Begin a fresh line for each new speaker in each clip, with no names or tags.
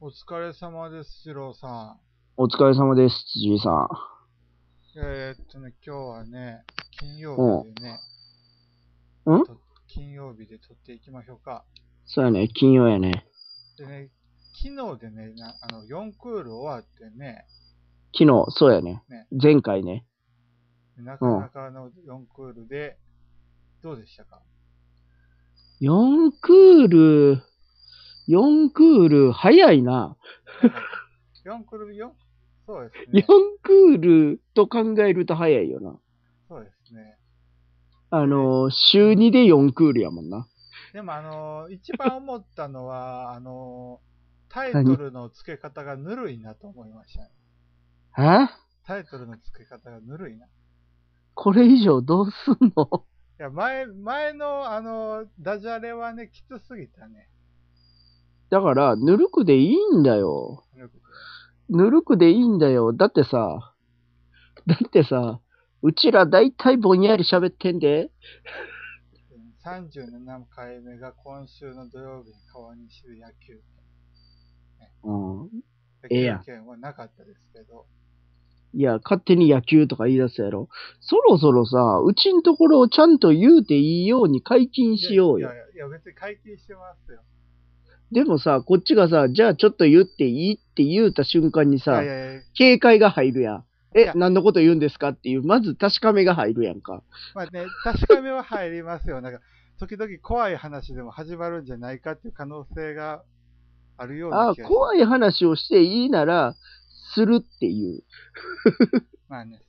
疲れ様です、シローさん。
お疲れ様です、辻井さん。
えー、っとね、今日はね、金曜日でね、
うん
と金曜日で撮っていきましょうか。
そうやね、金曜やね。
でね、昨日でね、なあの4クール終わってね、
昨日、そうやね
ね。
前回ね。
なかなかの4クールで、どうでした か
4クール、4クール、早いな。
?4 クールよそうです
4
ね。
クールと考えると早いよな。
そうですね。
あのー、週2で4クールやもんな。
でもあのー、一番思ったのは、あのー、タイトルの付け方がぬるいなと思いました、ね。
え
タイトルの付け方がぬるいな。い
これ以上どうすんの
や、前、前のあのー、ダジャレはね、きつすぎたね。
だから、ぬるくでいいんだよ。
ぬるくて
ぬるくでいいんだよ。だってさ、だってさ、うちら大体ぼんやり喋ってんで。
37回目が今週の土曜日に川西で野球
うん。
券。
ええや
野
ん
球券はなかったですけど。
いや、勝手に野球とか言い出すやろ。そろそろさ、うちんところをちゃんと言うていいように解禁しようよ
い。やいや、いや別に解禁してますよ。
でもさ、こっちがさ、じゃあちょっと言っていいって言うた瞬間に
い
さ
やい、やいや、
警戒が入るやん。
い
え
や、
何のこと言うんですかっていう、まず確かめが入るやんか。
まあね、確かめは入りますよ。なんか、時々怖い話でも始まるんじゃないかっていう可能性があるよう
あ
な
あ
気がし
怖い話をしていいなら、するっていう。
まあね。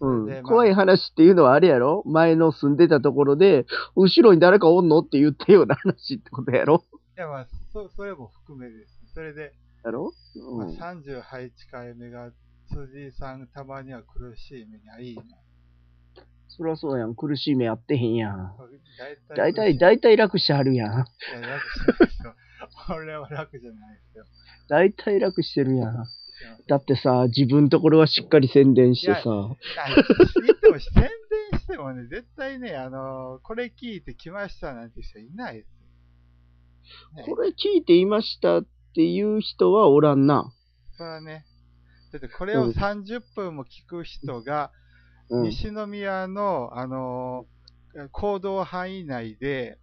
うん。
でまあ
怖い話っていうのはあれやろ前の住んでたところで、後ろに誰かおんのって言ったような話ってことやろ
いやまあ、そそれも含めです。それで、
やろ
ま
う
あ、
ん。
38回目が、辻井さんたまには苦しい目にはいいな。
そりゃそうやん。苦しい目あってへんやん。
大体、
大体、大体楽してはるやん。
いや楽じゃないですよ。 俺は楽じゃないですよ。
大体楽してるやん。
すいません
だってさ、自分のところはしっかり宣伝して
いあ
さ。
言っても、宣伝してもね、絶対ね、あのこれ聞いてきましたなんて人いないですよ。ね
これ聞いていましたっていう人はおらんな。
それはね、だってこれを
うん
30分も聞く人が、
うん。
西宮の、あのー行動範囲内で、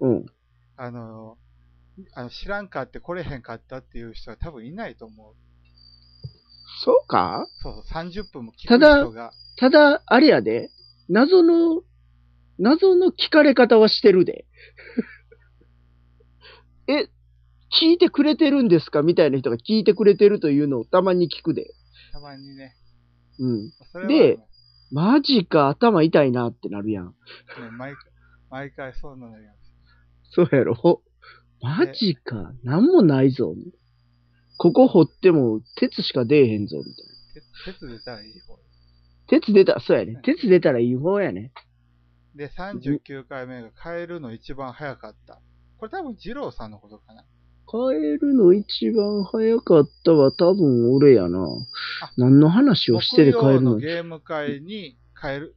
うん。
あのーあの知らんかって来れへんかったっていう人は多分いないと思う。
そうか
そうそう、30分も聞く
ただ
人が。
ただ、あれやで、謎の、謎の聞かれ方はしてるで。 え、聞いてくれてるんですかみたいな人が聞いてくれてるというのをたまに聞くで。
たまにね。
うん。
それは、
で
ね、
マジか、頭痛いなってなるやん。
毎回、毎回そうなのよ。
そうやろマジか、なんもないぞ。ここ掘っても鉄しか出えへんぞ、みたい
鉄鉄出たらいい方。
な。鉄出た、そうやね。鉄出たらいい方やね。
で、39回目が変えるの一番早かった。これ多分、二郎さんのことかな。
変えるの一番早かったは多分俺やな
あ。
何の話をしてで変え
木曜
るの
のゲーム会に変える。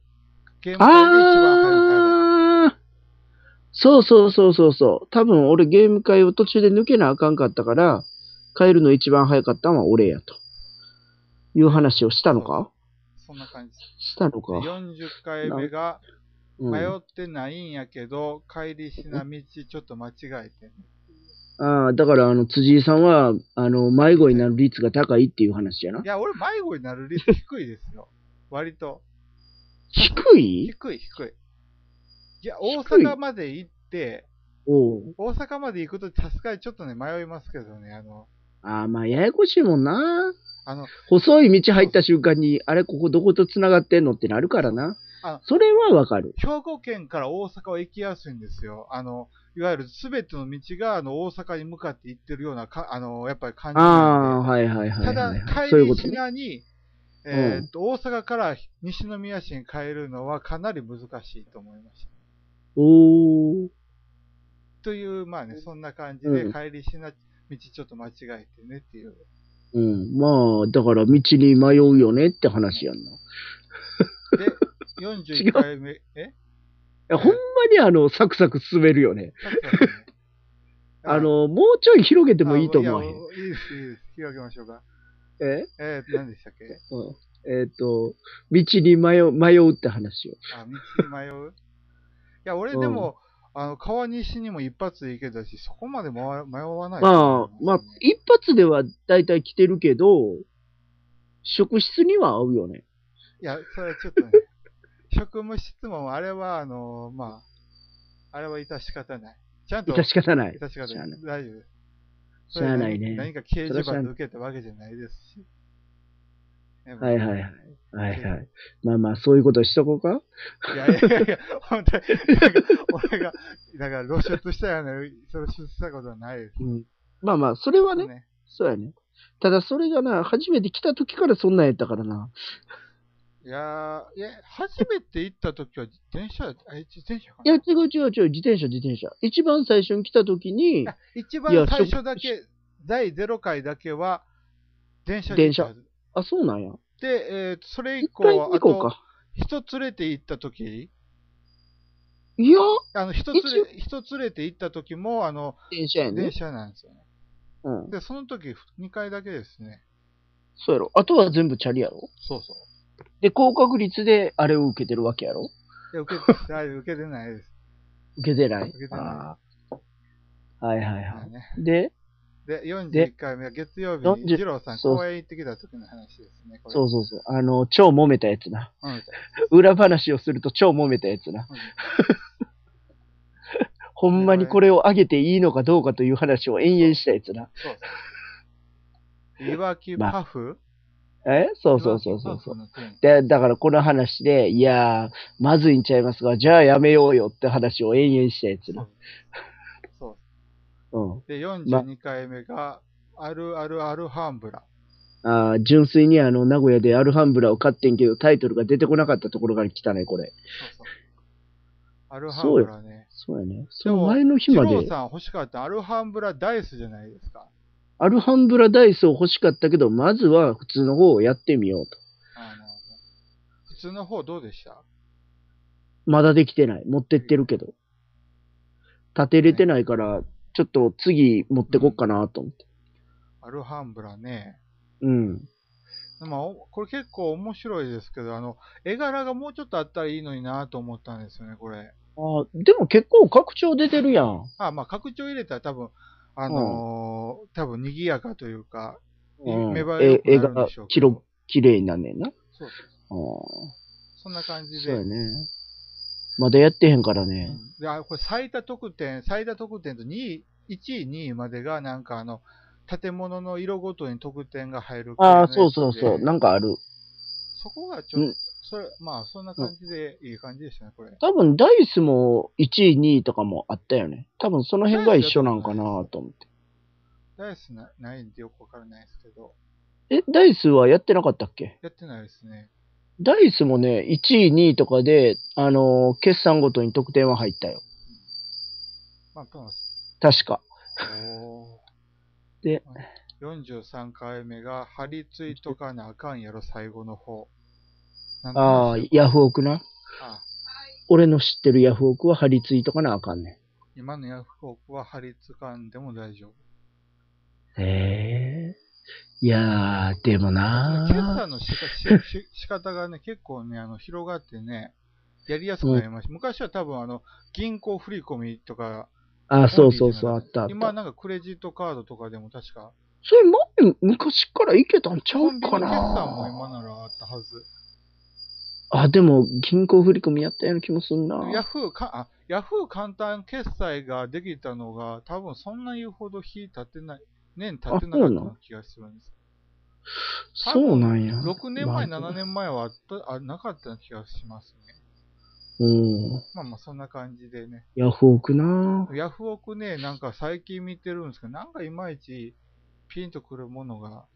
ゲーム会で一番早い
あーそうそうそうそうそう。多分俺ゲーム会を途中で抜けなあかんかったから、変えるの一番早かったのは俺やと。いう話をしたのか
そんな感じ。
したの
で
か。
40回目が、
うん
迷ってないんやけど、帰りしな道ちょっと間違えてね。。
ああ、だから、あの、辻井さんは、あの、迷子になる率が高いっていう話やない
や、俺、迷子になる率低いです よ。割と。
低い
低い、低い。いや、大
低い
阪まで行って、
おう
大阪まで行くと、さすがにちょっとね、迷いますけどね、あの、
ああ、まあ、ややこしいもんな。
あの、
細い道入った瞬間に、あれ、ここどこと繋がってんのってなるからな
あ。
それはわかる。
兵庫県から大阪は行きやすいんですよ。あの、いわゆるすべての道が、あの、大阪に向かって行ってるような、かあの、やっぱり感じ
あ
な
あ、
んで。
はいはいはい
ただ
はい、はい。
帰
そういう
り
こと
し
ね。
なに、えーっと、大阪から西宮市に帰るのはかなり難しいと思いました。
おー。
という、まあね、そんな感じ
う
で、
ん
帰りしな道ちょっと間違えてねっていう。
うん。まあ、だから、道に迷うよねって話やんな。い
で、41回目、え
やほんまに、あの、サクサク進めるよね。
さっきからね
あの、もうちょい広げて
で
もいいと思わへ
いや
ん。
いいです、いいです。広げましょうか。
え
えー、何でしたっけ
うんえっ、と、道に迷う、迷うって話を。
あ、道に迷ういや、俺でも、あの、川西にも一発で行けたし、そこまで迷わ迷わない、
まあ、まあ、一発では大体来てるけど、職質には合うよね。
いや、それはちょっとね、職務質問、あれは、あのまあ、あれは致し方ない。ちゃんと、
致し方ない。
致し方
しゃ
な
あ
い
ない。
大丈夫です。
しゃあないね
それ何何か掲示
それはしゃあ
板
な
で受けたわけじゃないですし。
はいはいはい。はいはい。まあまあ、そういうことしとこうか。
いやいやいや、本当に、なんか俺が、だから露出したよね、露出したことはないです。
うん。まあまあ、それはね、
ね
そうやね。ただそれがな、初めて来た時からそんなんやったからな。
いやーいや、初めて行った時は自転車だった、あ、自転車か
いや、違う違う違う、自転車自転車。一番最初に来た時に、
あ一番
いや
最初だけ、第0回だけは、電車で行ったはず。
あ、そうなんや。
で、えーそれ以
一回
降、
行こう
あと、
か。
人連れて行った時
いや、
あの、人連
一応
れ、人連れて行った時も、あの、
電車やね
電。車なんですよね。
うん。
で、その時、2回だけですね。
そうやろ。あとは全部チャリやろ。
そうそう。
で、高確率であれを受けてるわけやろ。
いや、受け て、あ受けてないです。
受けてない。
受けてない
ああ。はいはい
ま
は
あね
い。で、
で、41回目は月曜日に、
40
二郎さん
そう
公園行ってきた時の話ですね。これ
そうそうそう。あの、超揉めたやつな。
うんそう
裏話をすると超揉めたやつな。
うん
ほんまにこれを上げていいのかどうかという話を延々したやつな。
そうそう。いわきパフ、
えそうそうそうそうそう。
いわきパフの件
で、だからこの話で、いやー、まずいんちゃいますが、じゃあやめようよって話を延々したやつな。
そう。
うん。
で、42回目が、あるあるアルハンブラ。
あー純粋にあの、名古屋でアルハンブラを買ってんけど、タイトルが出てこなかったところから来たね、これ。
そうそう。アルハンブラね。
そうやね。その前の日
ジ
ま
ロー
で、
さん欲しかったアルハンブラダイスじゃないですか。
アルハンブラダイスを欲しかったけど、まずは普通の方をやってみようと。
あの普通の方どうでした
まだできてない。持ってってるけど。立てれてないから、ちょっと次持ってこっかなと思って。
アルハンブラね。
うん。
まあ、おこれ結構面白いですけど、あの、絵柄がもうちょっとあったらいいのになと思ったんですよね、これ。
あでも結構拡張出てるやん。
あ、まあ、拡張入れたら多分、あのー多分賑やかというか、
うん、
芽生え
え
良く
絵
なるん
が
でしょうけ
き
ど
ろ綺麗になんねんな。あ
そうそう
あそ
そんな感じ
う
で。
やね。まだやってへんから
う
ね。
んであこれ最多得点、最多得点と2位、1位、2位までが、なんかあの、建物の色ごとに得点が入る系の
あ
や
あ、
つで。
そうそうそう。なんかある。
そこがちょっと、
うん
それ、まあ、そんな感じでいい感じでしたね、これ。
多分ダイスも1位、2位とかもあったよね。多分その辺が一緒なんかなと思って。
ダイスなないんでよくわからないですけど、
え、ダイスはやってなかったっけ
やってないですね。
ダイスもね、1位、2位とかで、あのー決算ごとに得点は入ったよ。
まあ、トーマス。
確か。
おー
で、
43回目が、張り付いとかなあかんやろ、最後の方。なん
ああ、ヤフオクな。
あ
俺の知ってるヤフオクは張り付いとかなあかんね
今のヤフオクは張り付かんでも大丈夫。
ん。へえ。いやー、でもな
決算のしかしし仕方がね、結構ね、あの広がってね、やりやすくなりました。昔は多分あの、銀行振り込みとか、
ああ、そうそうそう、あったあった。
今はなんかクレジットカードとかでも確か、
それ前、昔からいけたんちゃ
コ
う
ンビニ
か
決算も
な
今ならあったはず。
あ、でも、銀行振り込みやったような気もすんな。
ヤフーか、あ、ヤフー簡単決済ができたのが、多分そんな言うほど日経ってない、年経ってなかったような気がするんです。
そうなんや。
6年前、
まあ
7年前はあったあなかったような気がしますね。
うん。
まあまあそんな感じでね。
ヤフオクな
ヤフオクね、なんか最近見てるんですけど、なんかいまいちピンとくるものが、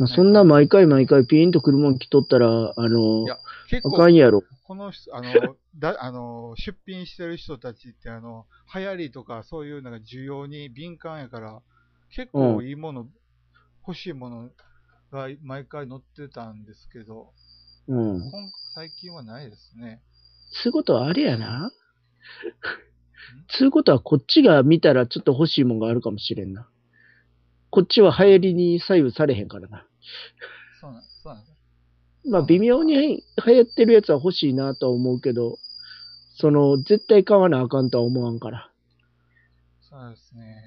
まあそんな毎回毎回ピーンとくるもん来とったら、あの
いや結
あか
構
んやろ。
この人あ のだあの出品してる人たちってあの、流行りとかそういうのが需要に敏感やから、結構いいもの、欲しいものが毎回載ってたんですけど、
うん。
今最近はないですね。
そういうことはあれやな。つうことはこっちが見たらちょっと欲しいもんがあるかもしれんな。こっちは流行りに左右されへんからな。
そうなん、そうなんだ。
まあ微妙に流行ってるやつは欲しいなとは思うけど、その絶対買わなあかんとは思わんから。
そうですね。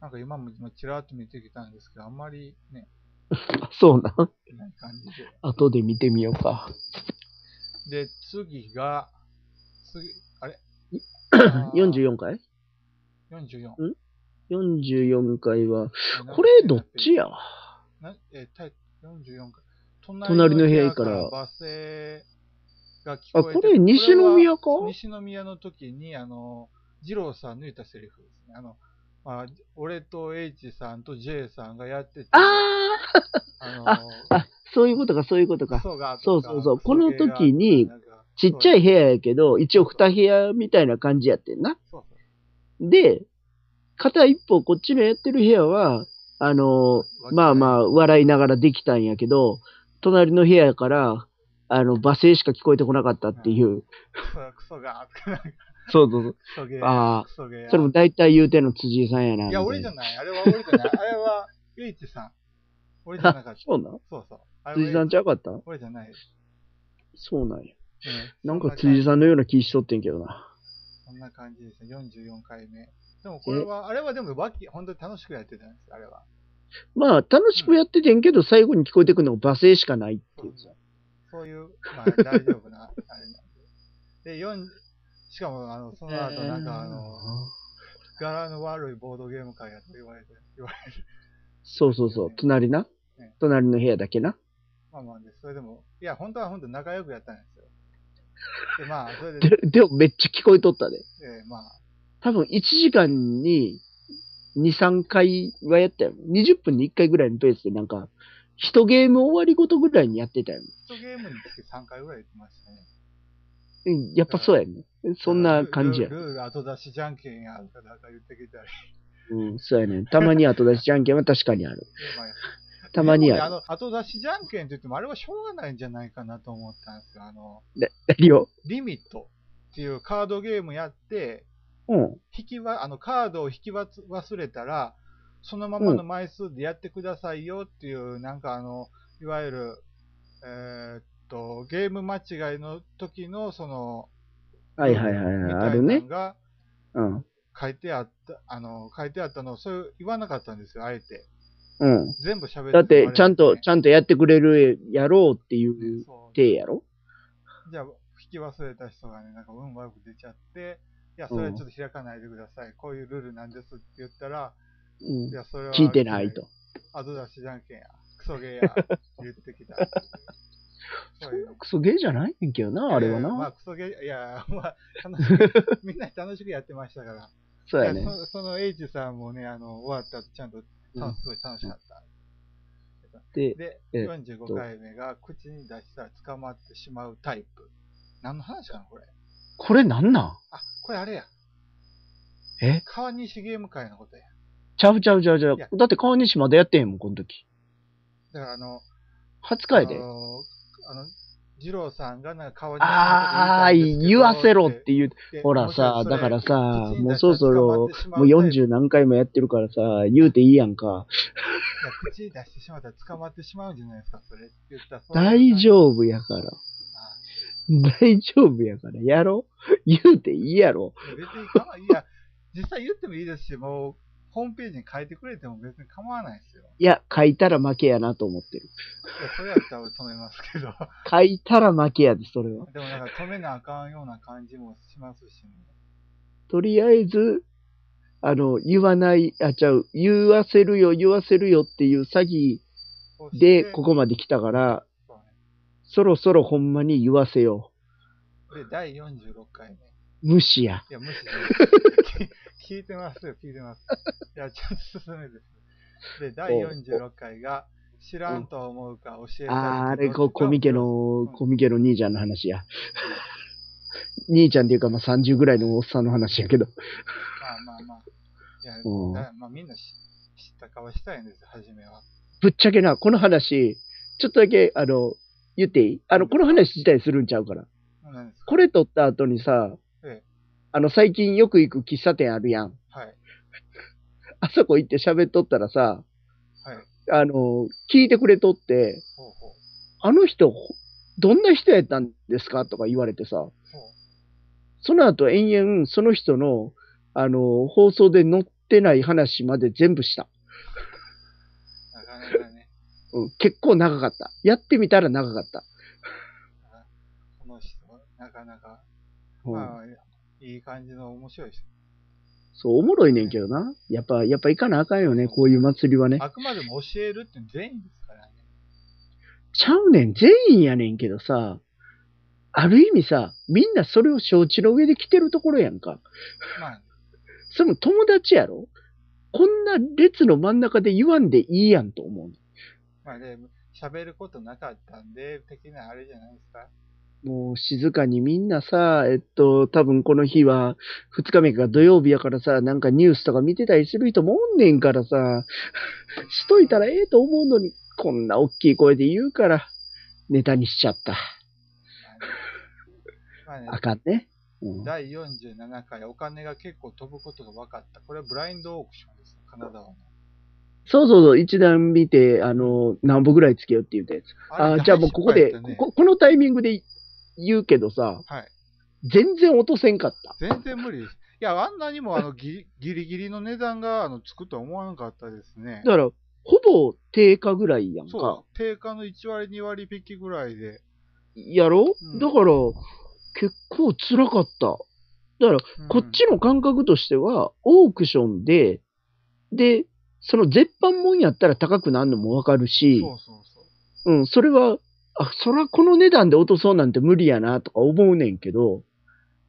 なんか今も今ちらっと見てきたんですけど、あんまりね、
あそうなん。
ない感じで。
後で見てみようか。
で、次が、次、あ れ
44回
?44。
?44 回は、これどっちや
なえータイ44回。
隣の部屋から
罵声が聞
あ、
こえて
これ西宮か
これは西宮の時に、あの、二郎さん抜いたセリフですね。あの、まあ、俺と H さんと J さんがやってて、
あ
あの
ああ、そういうことか、そういうことか。
そうが
そうそうそうこの時に、
なんか
ちっちゃい部屋やけど、一応二部屋みたいな感じやってんな。
そうそう
で、片一方こっちのやってる部屋は、あの、まあまあ、笑いながらできたんやけど、隣の部屋から、あの、罵声しか聞こえてこなかったっていう。
クソクソがーとかなんか
そうそうそう。
クソゲー
ああ
クソゲー
それも大体言うてんの辻井さんやな。
いや、
みた
俺
い
じ
な
ゃない。あれは俺じゃない。あれは H さん。俺じゃなかった。
そうなん
そうそう。あれは
辻井さんちゃうかった
俺じゃないです。
そうなんや。
う
なんか辻井さんのような気しとってんけどな。
そんな感じですね。44回目。でもこれは、あれはでも、わき、本当に楽しくやってたんです、あれは。
まあ、楽しくやっててんけど、最後に聞こえてくるのが罵声しかないっていう。
そういう、まあ、大丈夫な、あれなんで。で、4、しかも、あの、その後、なんか、あの、柄の悪いボードゲーム会やと言われて、言われて、
そうそうそう、隣な
ね。
隣の部屋だけな。
まあまあね、それでも、いや、本当は本当に仲良くやったんですよ。で、まあ、それで、
で、でもめっちゃ聞こえとったで。
えーまあ、
多分1時間に2、3回はやったよ。20分に1回ぐらいのペースで、なんか、一ゲーム終わりごとぐらいにやってたよ。
一ゲームにつき3回ぐらい行きましたね。
うん、やっぱそうやね。そんな感じや
ル。ールルール後出しじゃんけんや、とかなんか言ってきたり。
うん、そうやね。たまに後出しじゃんけんは確かにある。
まあ
たまに
あ
ある。
の後出しじゃんけんって言っても、あれはしょうがないんじゃないかなと思ったんですよ。あの、
何を
リミットっていうカードゲームやって、
うん。
引きわあのカードを引きわつ忘れたら、そのままの枚数でやってくださいよっていう、なんかあの、いわゆる、えーっと、ゲーム間違いの時の、その、
はいはいはい
み
はい。あ
たい
る
な
ね
の。が
うん。
書いてあった、あの、書いてあったのを、そういう言わなかったんですよ、あえて。
うん。
全部喋って
だって、ちゃんと、ち
ゃん
ゃんとやってくれるやろうっていう
そう
体やろ
じゃあ、引き忘れた人がね、なんか運悪く出ちゃって、いや、それはちょっと開かないでください。こういうルールなんですって言ったら、
うん
い。や、それは。
聞いてないと。。
後出しじゃんけんや。クソゲーや。 って言ってきた。
そ
そうい
ん
う
なクソゲーじゃないねんけどな、あれ
え
は
ーまあ、
な。
クソゲー、いや、まあ、楽し く、みんな楽しくやってましたから。
そうや
い
ね
や。そその H さんもね、あの、終わった後、ちゃんと、楽すごい楽しかった。
で、
で、
えっ
45回目が、口に出したら捕まってしまうタイプ。何の話かな、これ。
これなんなん
あ、これあれや。
え
川西ゲーム会のことや。
ちゃうちゃうちゃうちゃう
いや。
だって川西まだやってへんもん、この時。
だからあの、
20日や
あ
で。
の、あの二郎さんがなんか川西
ああー、言わせろって言う。
言
ほらさ、だからさ、もうそろ
う
そろ、もう40何回もやってるからさ、言うていいやんか。
口に出してしまったら捕まってしまうんじゃないですか、それって言ったら。
大
夫。
丈夫やから。
あ
大丈夫やから。やろ言うていいやろ。
いや別に構わいや、実際言ってもいいですし、もう、ホームページに書いてくれても別に構わないですよ。
いや、書いたら負けやなと思ってる。
いや、それやったら俺止めますけど。
書いたら負けやで、それは。
でもなんか止めなあかんような感じもしますしね。
とりあえず、あの、言わない、あ、ちゃう、言わせるよ、言わせるよっていう詐欺
そして
で、ここまで来たから、
そうね
そろそろほんまに言わせよ
で、第46回目。
う。無視や。
いや、無 視で聞いてますよ、聞いてます。いや、ちゃんと進めて。で、第46回が、知らんと思うか教えて
ああ、あれ、こコミケの、コミケの兄ちゃんの話や。兄ちゃんっていうか、まあ、30ぐらいのおっさんの話やけど。
まあまあまあ。いや、
うん
だまあみんな知知った顔したいんですよ、初めは。
ぶっちゃけな、この話、ちょっとだけ、あの、言っていいあの、この話自体するんちゃうから。
そうなんですか
これ撮った後にさ
ええ、
あの、最近よく行く喫茶店あるやん。
はい。
あそこ行って喋っとったらさ、
はい。
あの、聞いてくれとって、
ほうほう。
あの人、どんな人やったんですかとか言われてさ、その後延々その人の、あの、放送で載ってない話まで全部した。
なかなかね、
うん、結構長かった。やってみたら長かった。
この人は、なかなか、
うん
まあ、いい感じの面白い人。
そう、おもろいねんけどな。やっぱ、やっぱ行かなあかんよね、こういう祭りはね。
あくまでも教えるって全員ですからね。
ちゃうねん、全員やねんけどさ、ある意味さ、みんなそれを承知の上で来てるところやんか。
まあ、
それも友達やろこんな列の真ん中で言わんでいいやんと思う。
まあで、喋ることなかったんで、的なあれじゃないですか。
もう静かにみんなさ、えっと、多分この日は2日目が土曜日やからさ、なんかニュースとか見てたりする人もおんねんからさ、しといたらええと思うのに、こんな大きい声で言うから、ネタにしちゃった。
まあね、
あかんね。うん、
第47回、お金が結構飛ぶことが分かった。これはブラインドオークションです、カナダはね。
そうそうそう、一段見て、あの、何本ぐらいつけようって言うたやつ。あ
れ
ーじゃあもうここ
大
で、
失敗やったね
こ、このタイミングで言うけどさ、
はい。
全然落とせんかった。
全然無理です。いや、あんなにもあのギリギリギリの値段があのつくとは思わなかったですね。
だから、ほぼ定価ぐらいやんか。
そう、定価の1割、2割引きぐらいで。
やろ、
うん
だから、結構辛かった。だから、
うん
こっちの感覚としては、オークションで、で、その絶版もんやったら高くなるのもわかるし、
そうそうそう。
うん、それは、あ、そらこの値段で落とそうなんて無理やなとか思うねんけど、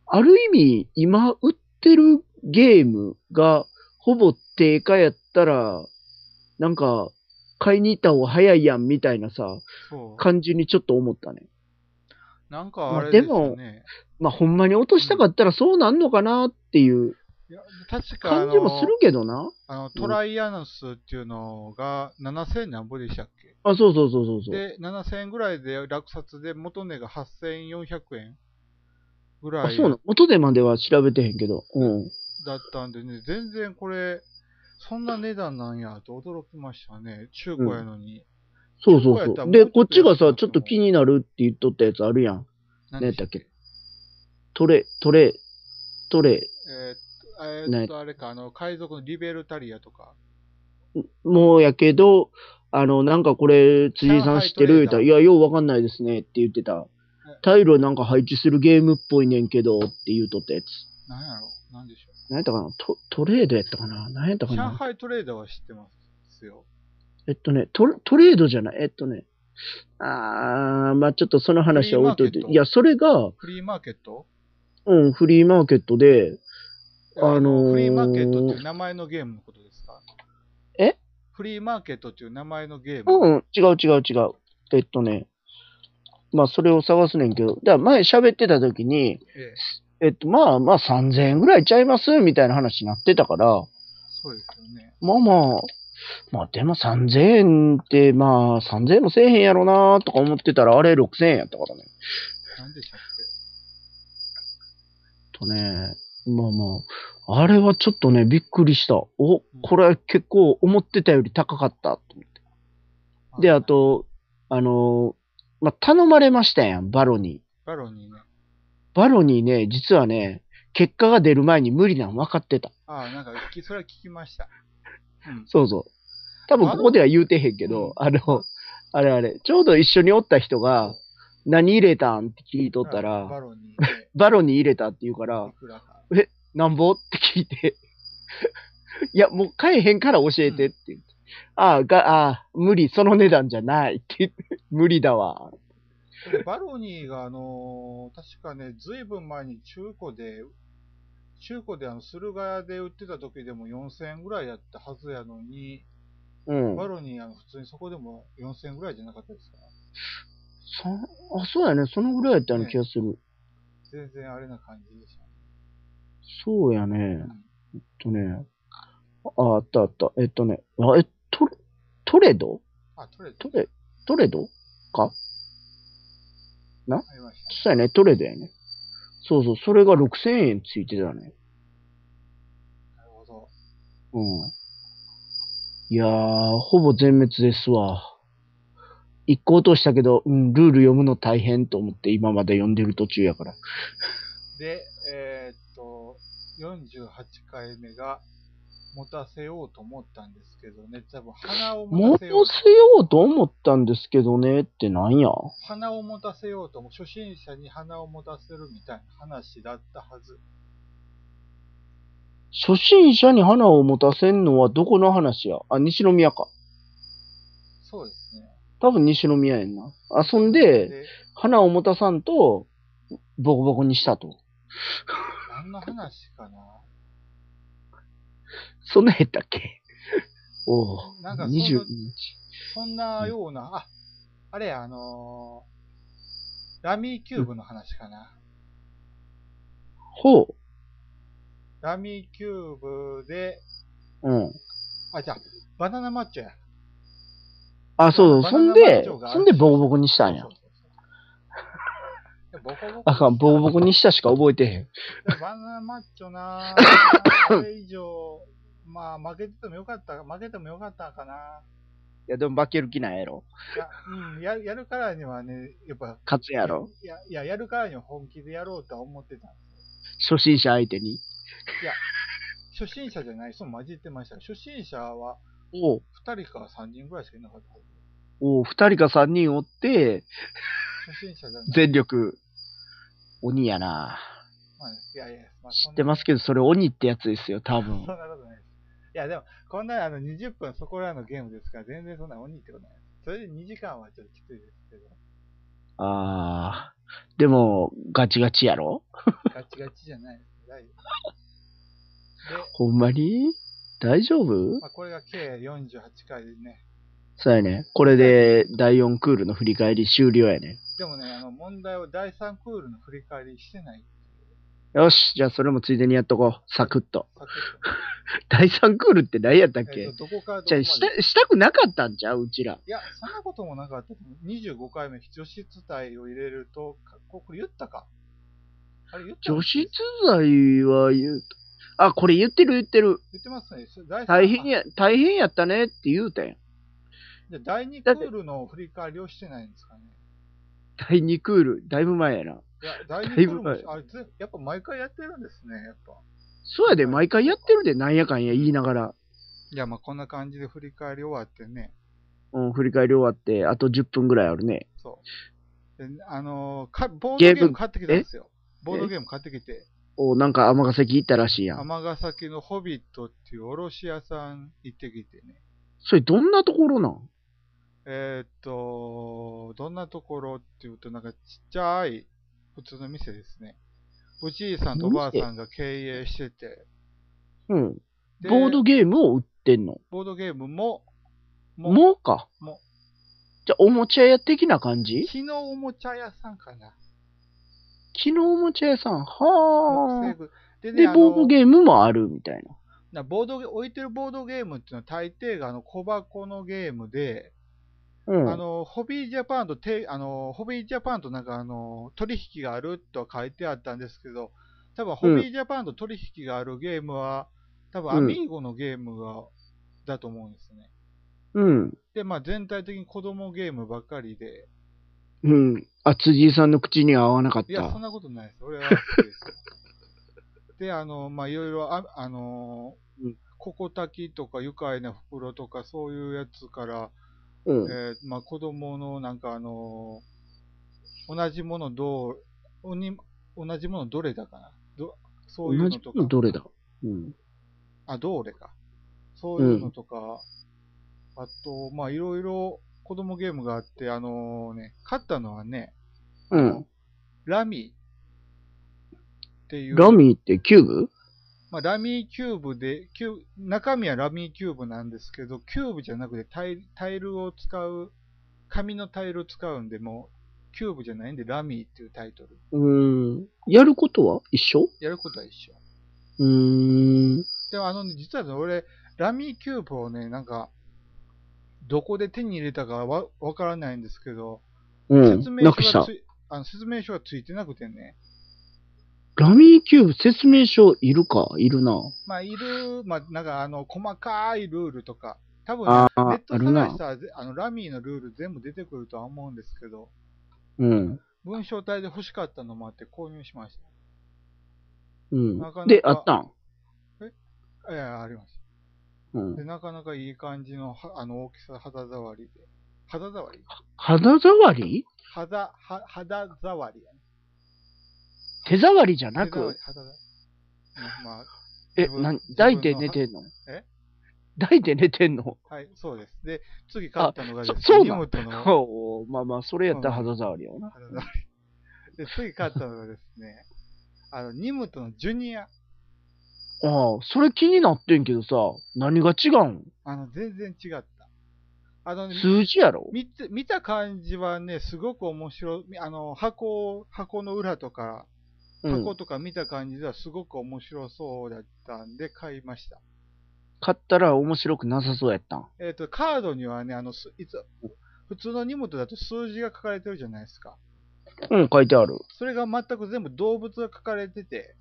ある意味、今売ってるゲームがほぼ定価やったら、なんか、買いに行った方が早いやんみたいなさ、
そう
感じにちょっと思ったね。
なんかあれです
まあ
よ
でも
ね。
まあ、ほんまに落としたかったらそうなんのかなっていう
いや確かあ
感じも
の
するけどな。
あのトライアナスっていうのが7000何ぼでしたっけ
あ、そうそうそうそうそう。
で、7000円ぐらいで落札で元値が8400円ぐら
あ、
い
そうな。元でまでは調べてへんけど。うん。
だったんでね、全然これ、そんな値段なんやと驚きましたね。中古やのに。
そうそう
中古やった
そ
ら
う。
もうちょっ
で、
と
こっちが
安くな
さ
っ、て
ちょ
も
っと気になるって言っとったやつあるやん。
何
何や
で
っ
した
たっ
っけ
けトレ、トレ、トレ、
えーっと、えーっとあれか、あの、海賊のリベルタリアとか。
もうやけど、あの、なんかこれ、辻井さん知ってる
上
言
海
う
ト
たら、い
レー
や、ようわかんないですねって言ってた
え。
タイルをなんか配置するゲームっぽいねんけどって言うとったやつ。
なんやろなんでしょ
何やったかなトトレードやったかな何やった
う。
かな
上海トレーダーは知ってますよ。
えっとね、トレトレードじゃない、えっとね、あー、まあちょっとその話は置いといて、
フリーマーケット
いや、それが、
フリーマーケット
うん、フリーマーケットで、あのー
フリーマーケットっていう名前のゲームのことですか
え
フリーマーケットっていう名前のゲーム。
うん、うん違う違う違う、えっとね、まあそれを探すねんけど、だから前喋ってた時に、
ええ、
えっと、まあまあ3000円ぐらいちゃいますみたいな話になってたから、
そうですよね。
まあまあ、まあでも3000円って、まあ3000円もせえへんやろなとか思ってたら、あれ6000円やったからね。
なんでしたっ
とね、まあまあ、あれはちょっとね、びっくりした。お、これは結構思ってたより高かったと思って。
け
で、あ、と、あのー、まあ、頼まれましたやん、バロに。
バロニーね。
バロにね、実はね、結果が出る前に無理なん分かってた。
ああ、なんか聞き、それは聞きました。うん。
そうそう。多分ここでは言うてへんけど、あの、あれあれ、ちょうど一緒におった人が、何入れたんって聞いとった
あバ
ら、
ロニーね。
バロに入れたって言うから
い、くらか。
なんぼって聞いて、 いや、もう買えへんから教えてって言って、ああ、が、ああ、無理、その値段じゃないって言って、 無理だわ。
でバロニーが、あのー確かね、ずいぶん前に中古で、中古であの駿河屋で売ってた時でも4000円ぐらいやったはずやのに、
うん。
バロニーあの普通にそこでも4000円ぐらいじゃなかったですか
そあ、そうやね、そのぐらいやったような気がする。
全然あれな感じでしたね。
そうや
う、
ね
ん
えっとね、ああったあった、えっとね、あえ、トレ、トレド
あ、取れた。
トレ、トレドか
ありましたね。
そうやね、トレドやね。そうそう、それが6000円ついてたね。
なるほど。
うん。いやー、ほぼ全滅ですわ。一個落としたけど、うん、ルール読むの大変と思って今まで読んでる途中やから。
で、えーっと、48回目が、持たせようと思ったんですけどね、多分鼻を持
持
た
た
せ
せ
よ
よ
うと、
うと思ったんですけどねってなんや
鼻を持たせようとも、初心者に鼻を持たせるみたいな話だったはず。
初心者に花を持たせんのはどこの話やあ、西宮か。
そうですね。
多分西宮やんな。遊んで、
で、
花を持たさんと、ボコボコにしたと。
何の話かな
そんなやったっけおう
なんかその
20
そんなような、あ、あれや、あのーラミーキューブの話かな。
ほ
ラミーキューブで、
う。うん。
あ、じゃあバナナマッチョや。
あ、そうそう。
バ
そ
ナ
ん
ナマッ
で
チョが、
そんでボコボコにしたんや
そう。そうそうそうボコボコ
あかん、ボコボコにしたしか覚えてへん。
バナナマッチョな ぁ、あれ以上、まあ、負けててもよかった、負けてもよかったかな。
いや、でも負ける気ないやろ。
いや、うん、ややるからにはね、やっぱ、
勝つやろ。
いや、いや、やるからには本気でやろうとは思ってたんですよ
初心者相手に。
初心者じゃない人も混じってました。初心者は
おう
2人か3人ぐらいしかいなかったはず。
おう、二人か三人おって、
初心者じゃない。
全力。鬼やな。
まあね、いやいや、まあ、
知ってますすけど、それ鬼ってやつですよ、多
そん
分。
なことないです。いや、でも、こんなあの20分そこらのゲームですから、全然そんな鬼ってことないです。それで2時間はちょっときついですけど、
あー。でも、ガチガチやろ
ガチガチじゃないです。大丈夫。で、
ほんまに大丈夫
まあ、これが計48回ですね。
そうやね。これで、第4クールの振り返り終了やね。
でもね、あの問題を第3クールの振り返りしてない。
よし、じゃあそれもついでにやっとこう。サクッと。
さっ
第3クールって何やったっ
きとえ
け
っとどこからどこ
じゃ
ま
あ
で
した、したくなかったんちゃううちら。
いや、そんなこともなかったと思う。25回目、女子伝いを入れると、かここれ言ったかあれ言った
女子剤は言うと。あ、これ言ってる言ってる。
言ってますね。それ第三
大変
あ
や、大変やったねって言うたやん。
じゃあ第2クールの振り返りをしてないんですかね。
第2クール、だいぶ前やな。
いや、第2ク
だい
ー
ぶ
ルも
前、
あれ、ずやっぱ毎回やってるんですね、やっぱ。
そうやで、毎回やってるで、なんやかんや言いながら。
いや、まあこんな感じで振り返り終わってね。
うん、振り返り終わって、あと10分ぐらいあるね。
そう。であのーか、ボードゲーム買ってきたんですよ。ボードゲーム買ってきて。
おなんか尼崎行ったらしいやん。
尼崎のホビットっていう卸屋さん行ってきてね。
それどんなところなん
えーっと、どんなところっていうと、なんかちっちゃい普通の店ですね。おじいさんとおばあさんが経営してて、
うん。
で
ボードゲームを売ってんの。
ボードゲームも、
もう
も
か。
も
じゃあ、おもちゃ屋的な感じ
昨日おもちゃ屋さんかな。
昨日おもちゃ屋さん。
木製
は
具で
あ。
ね、
で、
あ
ボード
の
ゲームもあるみたいな。
なボードゲ置いてるボードゲームっていうのは大抵があの小箱のゲームで、
うん。
あの、ホビージャパンとて、あの、ホビージャパンとなんかあの、取引があるとは書いてあったんですけど、多分ホビージャパンと取引があるゲームは、多分
うん
アミーゴのゲームが、だと思うんですね。
うん。
で、まあ全体的に子供ゲームばっかりで、
うん。あ、辻井さんの口には合わなかっ
いや、そ
た
ん。なことないです。俺は好きですよ。で、あの、まあいろいろ、あ、あのー
うん
ココタキとか愉快な袋とかそういうやつから、
うん。
えーまあ、子供のなんかあのー同じものどうおに同じものどれだかなどそういう
同じ
のと
もの
か
どれだうん。
あどれかそういうのとか、あとまあいろいろ子供ゲームがあってあのね勝ったのはね
うん。
ラミーっていう
ラミーってキューブ
まあ、ラミーキューブでキュー中身はラミーキューブなんですけどキューブじゃなくてタイタイルを使う紙のタイルを使うんでもうキューブじゃないんでラミーっていうタイトル
うん。やることは一緒
やることは一緒
うーん。
でもあの、ね、実はね俺ラミーキューブをねなんかどこで手に入れたかわわからないんですけど、
う
説
ん。
明
なくし
書が
た
つ。いあの説明書がついてなくてね
ラミーキューブ説明書いるかいるな。
まあ、いる、まあ、なんか、あの、細かいルールとか、多分、
あ
ネ
あ
ッ、ト
ある
探し
な。
たら、ぜあの、ラミーのルール全部出てくるとは思うんですけど、
うん。
文章体で欲しかったのもあって購入しまし
うん
なかなか。
で、あったん。
た。ええあります。
うん
で、。なかなかいい感じの、はあの、大きさ、肌触りで。肌触り
肌触り
肌、は肌触りやね。
手触りじゃな
手触
く
り、肌触り。まあ、
え、
自分
な
自分、の
抱いて寝てんの
え
抱いて寝てんの
はい、そうです。で、次買ったのが
あ
ですね、
そそう
リ
なん
モートの
おうまあまあ、それやったら肌触りやな。
肌触り。で、次買ったのがですね、あの、ニムトのジュニア。
ああ、それ気になってんけどさ、何が違うん
あの、全然違った。あのね、
数字やろ
見て見た感じはね、すごく面白い。みあの、箱、箱の裏とか、
うん
箱。とか見た感じではすごく面白そうだったんで買いました。
買ったら面白くなさそうやったん。
えっ、と、カードにはね、あの、すいつ、普通の荷物だと数字が書かれてるじゃないですか。
うん、書いてある。
それが全く全部動物が書かれてて、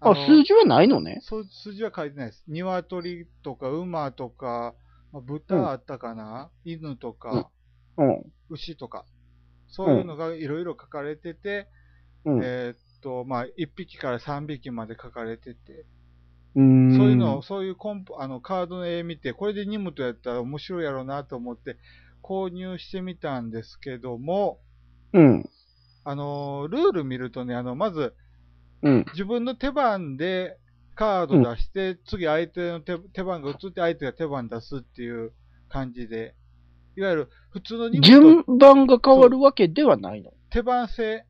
あ、
の
数字はないのね。
そう数字は書いてないです。鶏とか馬とか、まあ豚あったかな、犬とか、
うん。
牛とか、そういうのがいろいろ書かれてて、
うん。
えーっと、まあ、1匹から3匹まで書かれてて、
うーん
そういうのを、そういうコンポあのカードの絵見て、これで荷物やったら面白いやろうなと思って、購入してみたんですけども、
うん。
あのールール見るとね、あの、まず、
うん。
自分の手番でカード出して、次相手の手手番が移って相手が手番出すっていう感じで、いわゆる普通の荷物
順
と
番が変わるわけではないの。
手番制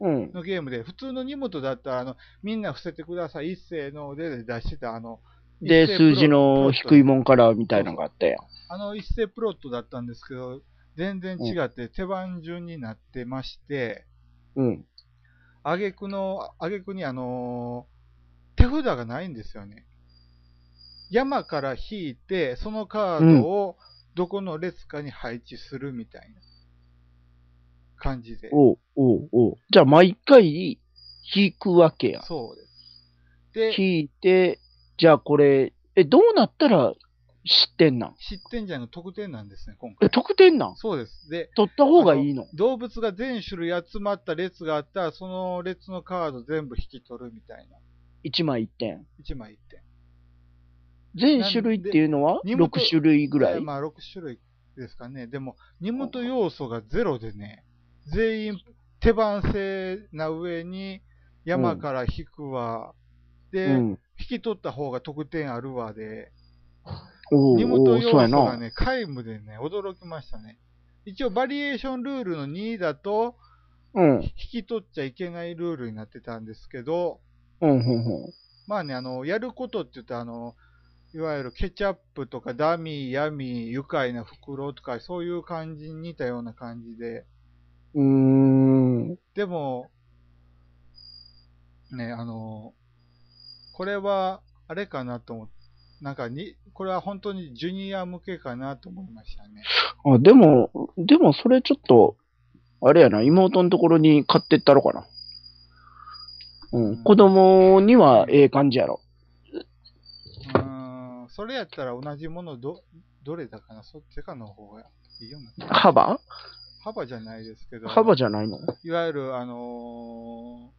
うん。
のゲームで、普通の荷物だったら、あの、みんな伏せてください、一斉のでで出してた、あの、
で、
一斉プロ
数字の低いもんからみたいなのがあったやん。
あの一斉プロットだったんですけど、全然違って手番順になってまして、
うん。
挙句の、挙句にあのー手札がないんですよね。山から引いて、そのカードをどこの列かに配置するみたいな感じで。
おうおうおうじゃあ、毎回引くわけや。
そうです。で、
引いて、じゃあこれ、え、どうなったら知ってんなん
失点じゃなく得点なんですね、今
え、
回。
得点なん
そうです。で、
取った方がいいの
動物が全種類集まった列があったら、その列のカード全部引き取るみたいな。
?1 枚1点。
1枚1点。
全種類っていうのは
なんで
6種類ぐら
えー
い。
まあ6種類ですかね。でも、荷物要素がゼロでね、全員手番制な上に山から引くわ、
う
で、
ん。
引き取った方が得点あるわで、
おう
荷物
おう
要素
そう
が
やな。
ね、皆無でね、驚きましたね。一応、バリエーションルールの2だと、
うん。うん、
引き取っちゃいけないルールになってたんですけど、
うん、うん。
まあね、あの、やることって言ったら、あの、いわゆるケチャップとかダミー、ヤミー、愉快な袋とか、そういう感じに似たような感じで、
うーん。
でも、ね、あの、これは、あれかなと思って、なんかに、これは本当にジュニア向けかなと思いましたね。
あ、でも、でもそれちょっと、あれやな、妹のところに買ってったろかな。うん。子供にはええ感じやろ。
うーん、それやったら同じものど、どれだかな、そっちかの方がいいような。
幅
幅じゃないですけど、
幅じゃないの
いわゆる、あのー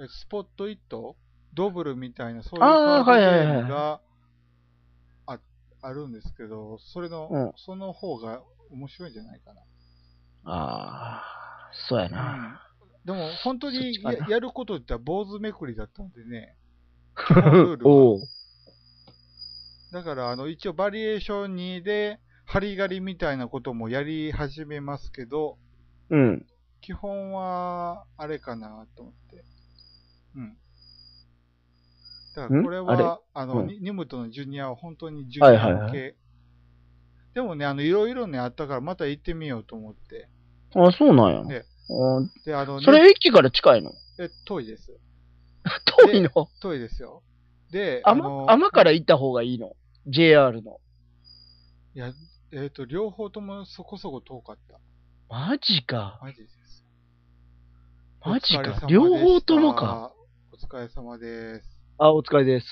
えスポットイットドブルみたいな、そういうカ
あー
ードゲ
はいはいはい
ームがああるんですけど、それの、
うん
その方が面白いんじゃないか
ああ、そうやな。
な。でも、本当に
そっちか
や
な
やることって言ったら坊主めくりだったんでね。
おう。
だから、あの、一応バリエーション2で、ハリガリみたいなこともやり始めますけど、
うん。
基本は、あれかなと思って。うん。だから、
ん
これ
あれ
は、あの、
うん
ニニムトのジュニアは本当にジュニア
はい
向け。
はいは
でもね、あの、いろいろね、あったから、また行ってみようと思って。
あそうなんや。
え
あ
で、あの、ね
それ駅から近いの
え、遠いです。
遠いの
遠いですよ。で、あ
天
の、
天から行った方がいいの ?JR の。
いや、えっ、と、両方ともそこそこ遠かった。
マジか。
マジです。お疲れ様でした
マジか両方ともか。
お疲れ様です。
あ、お疲れです。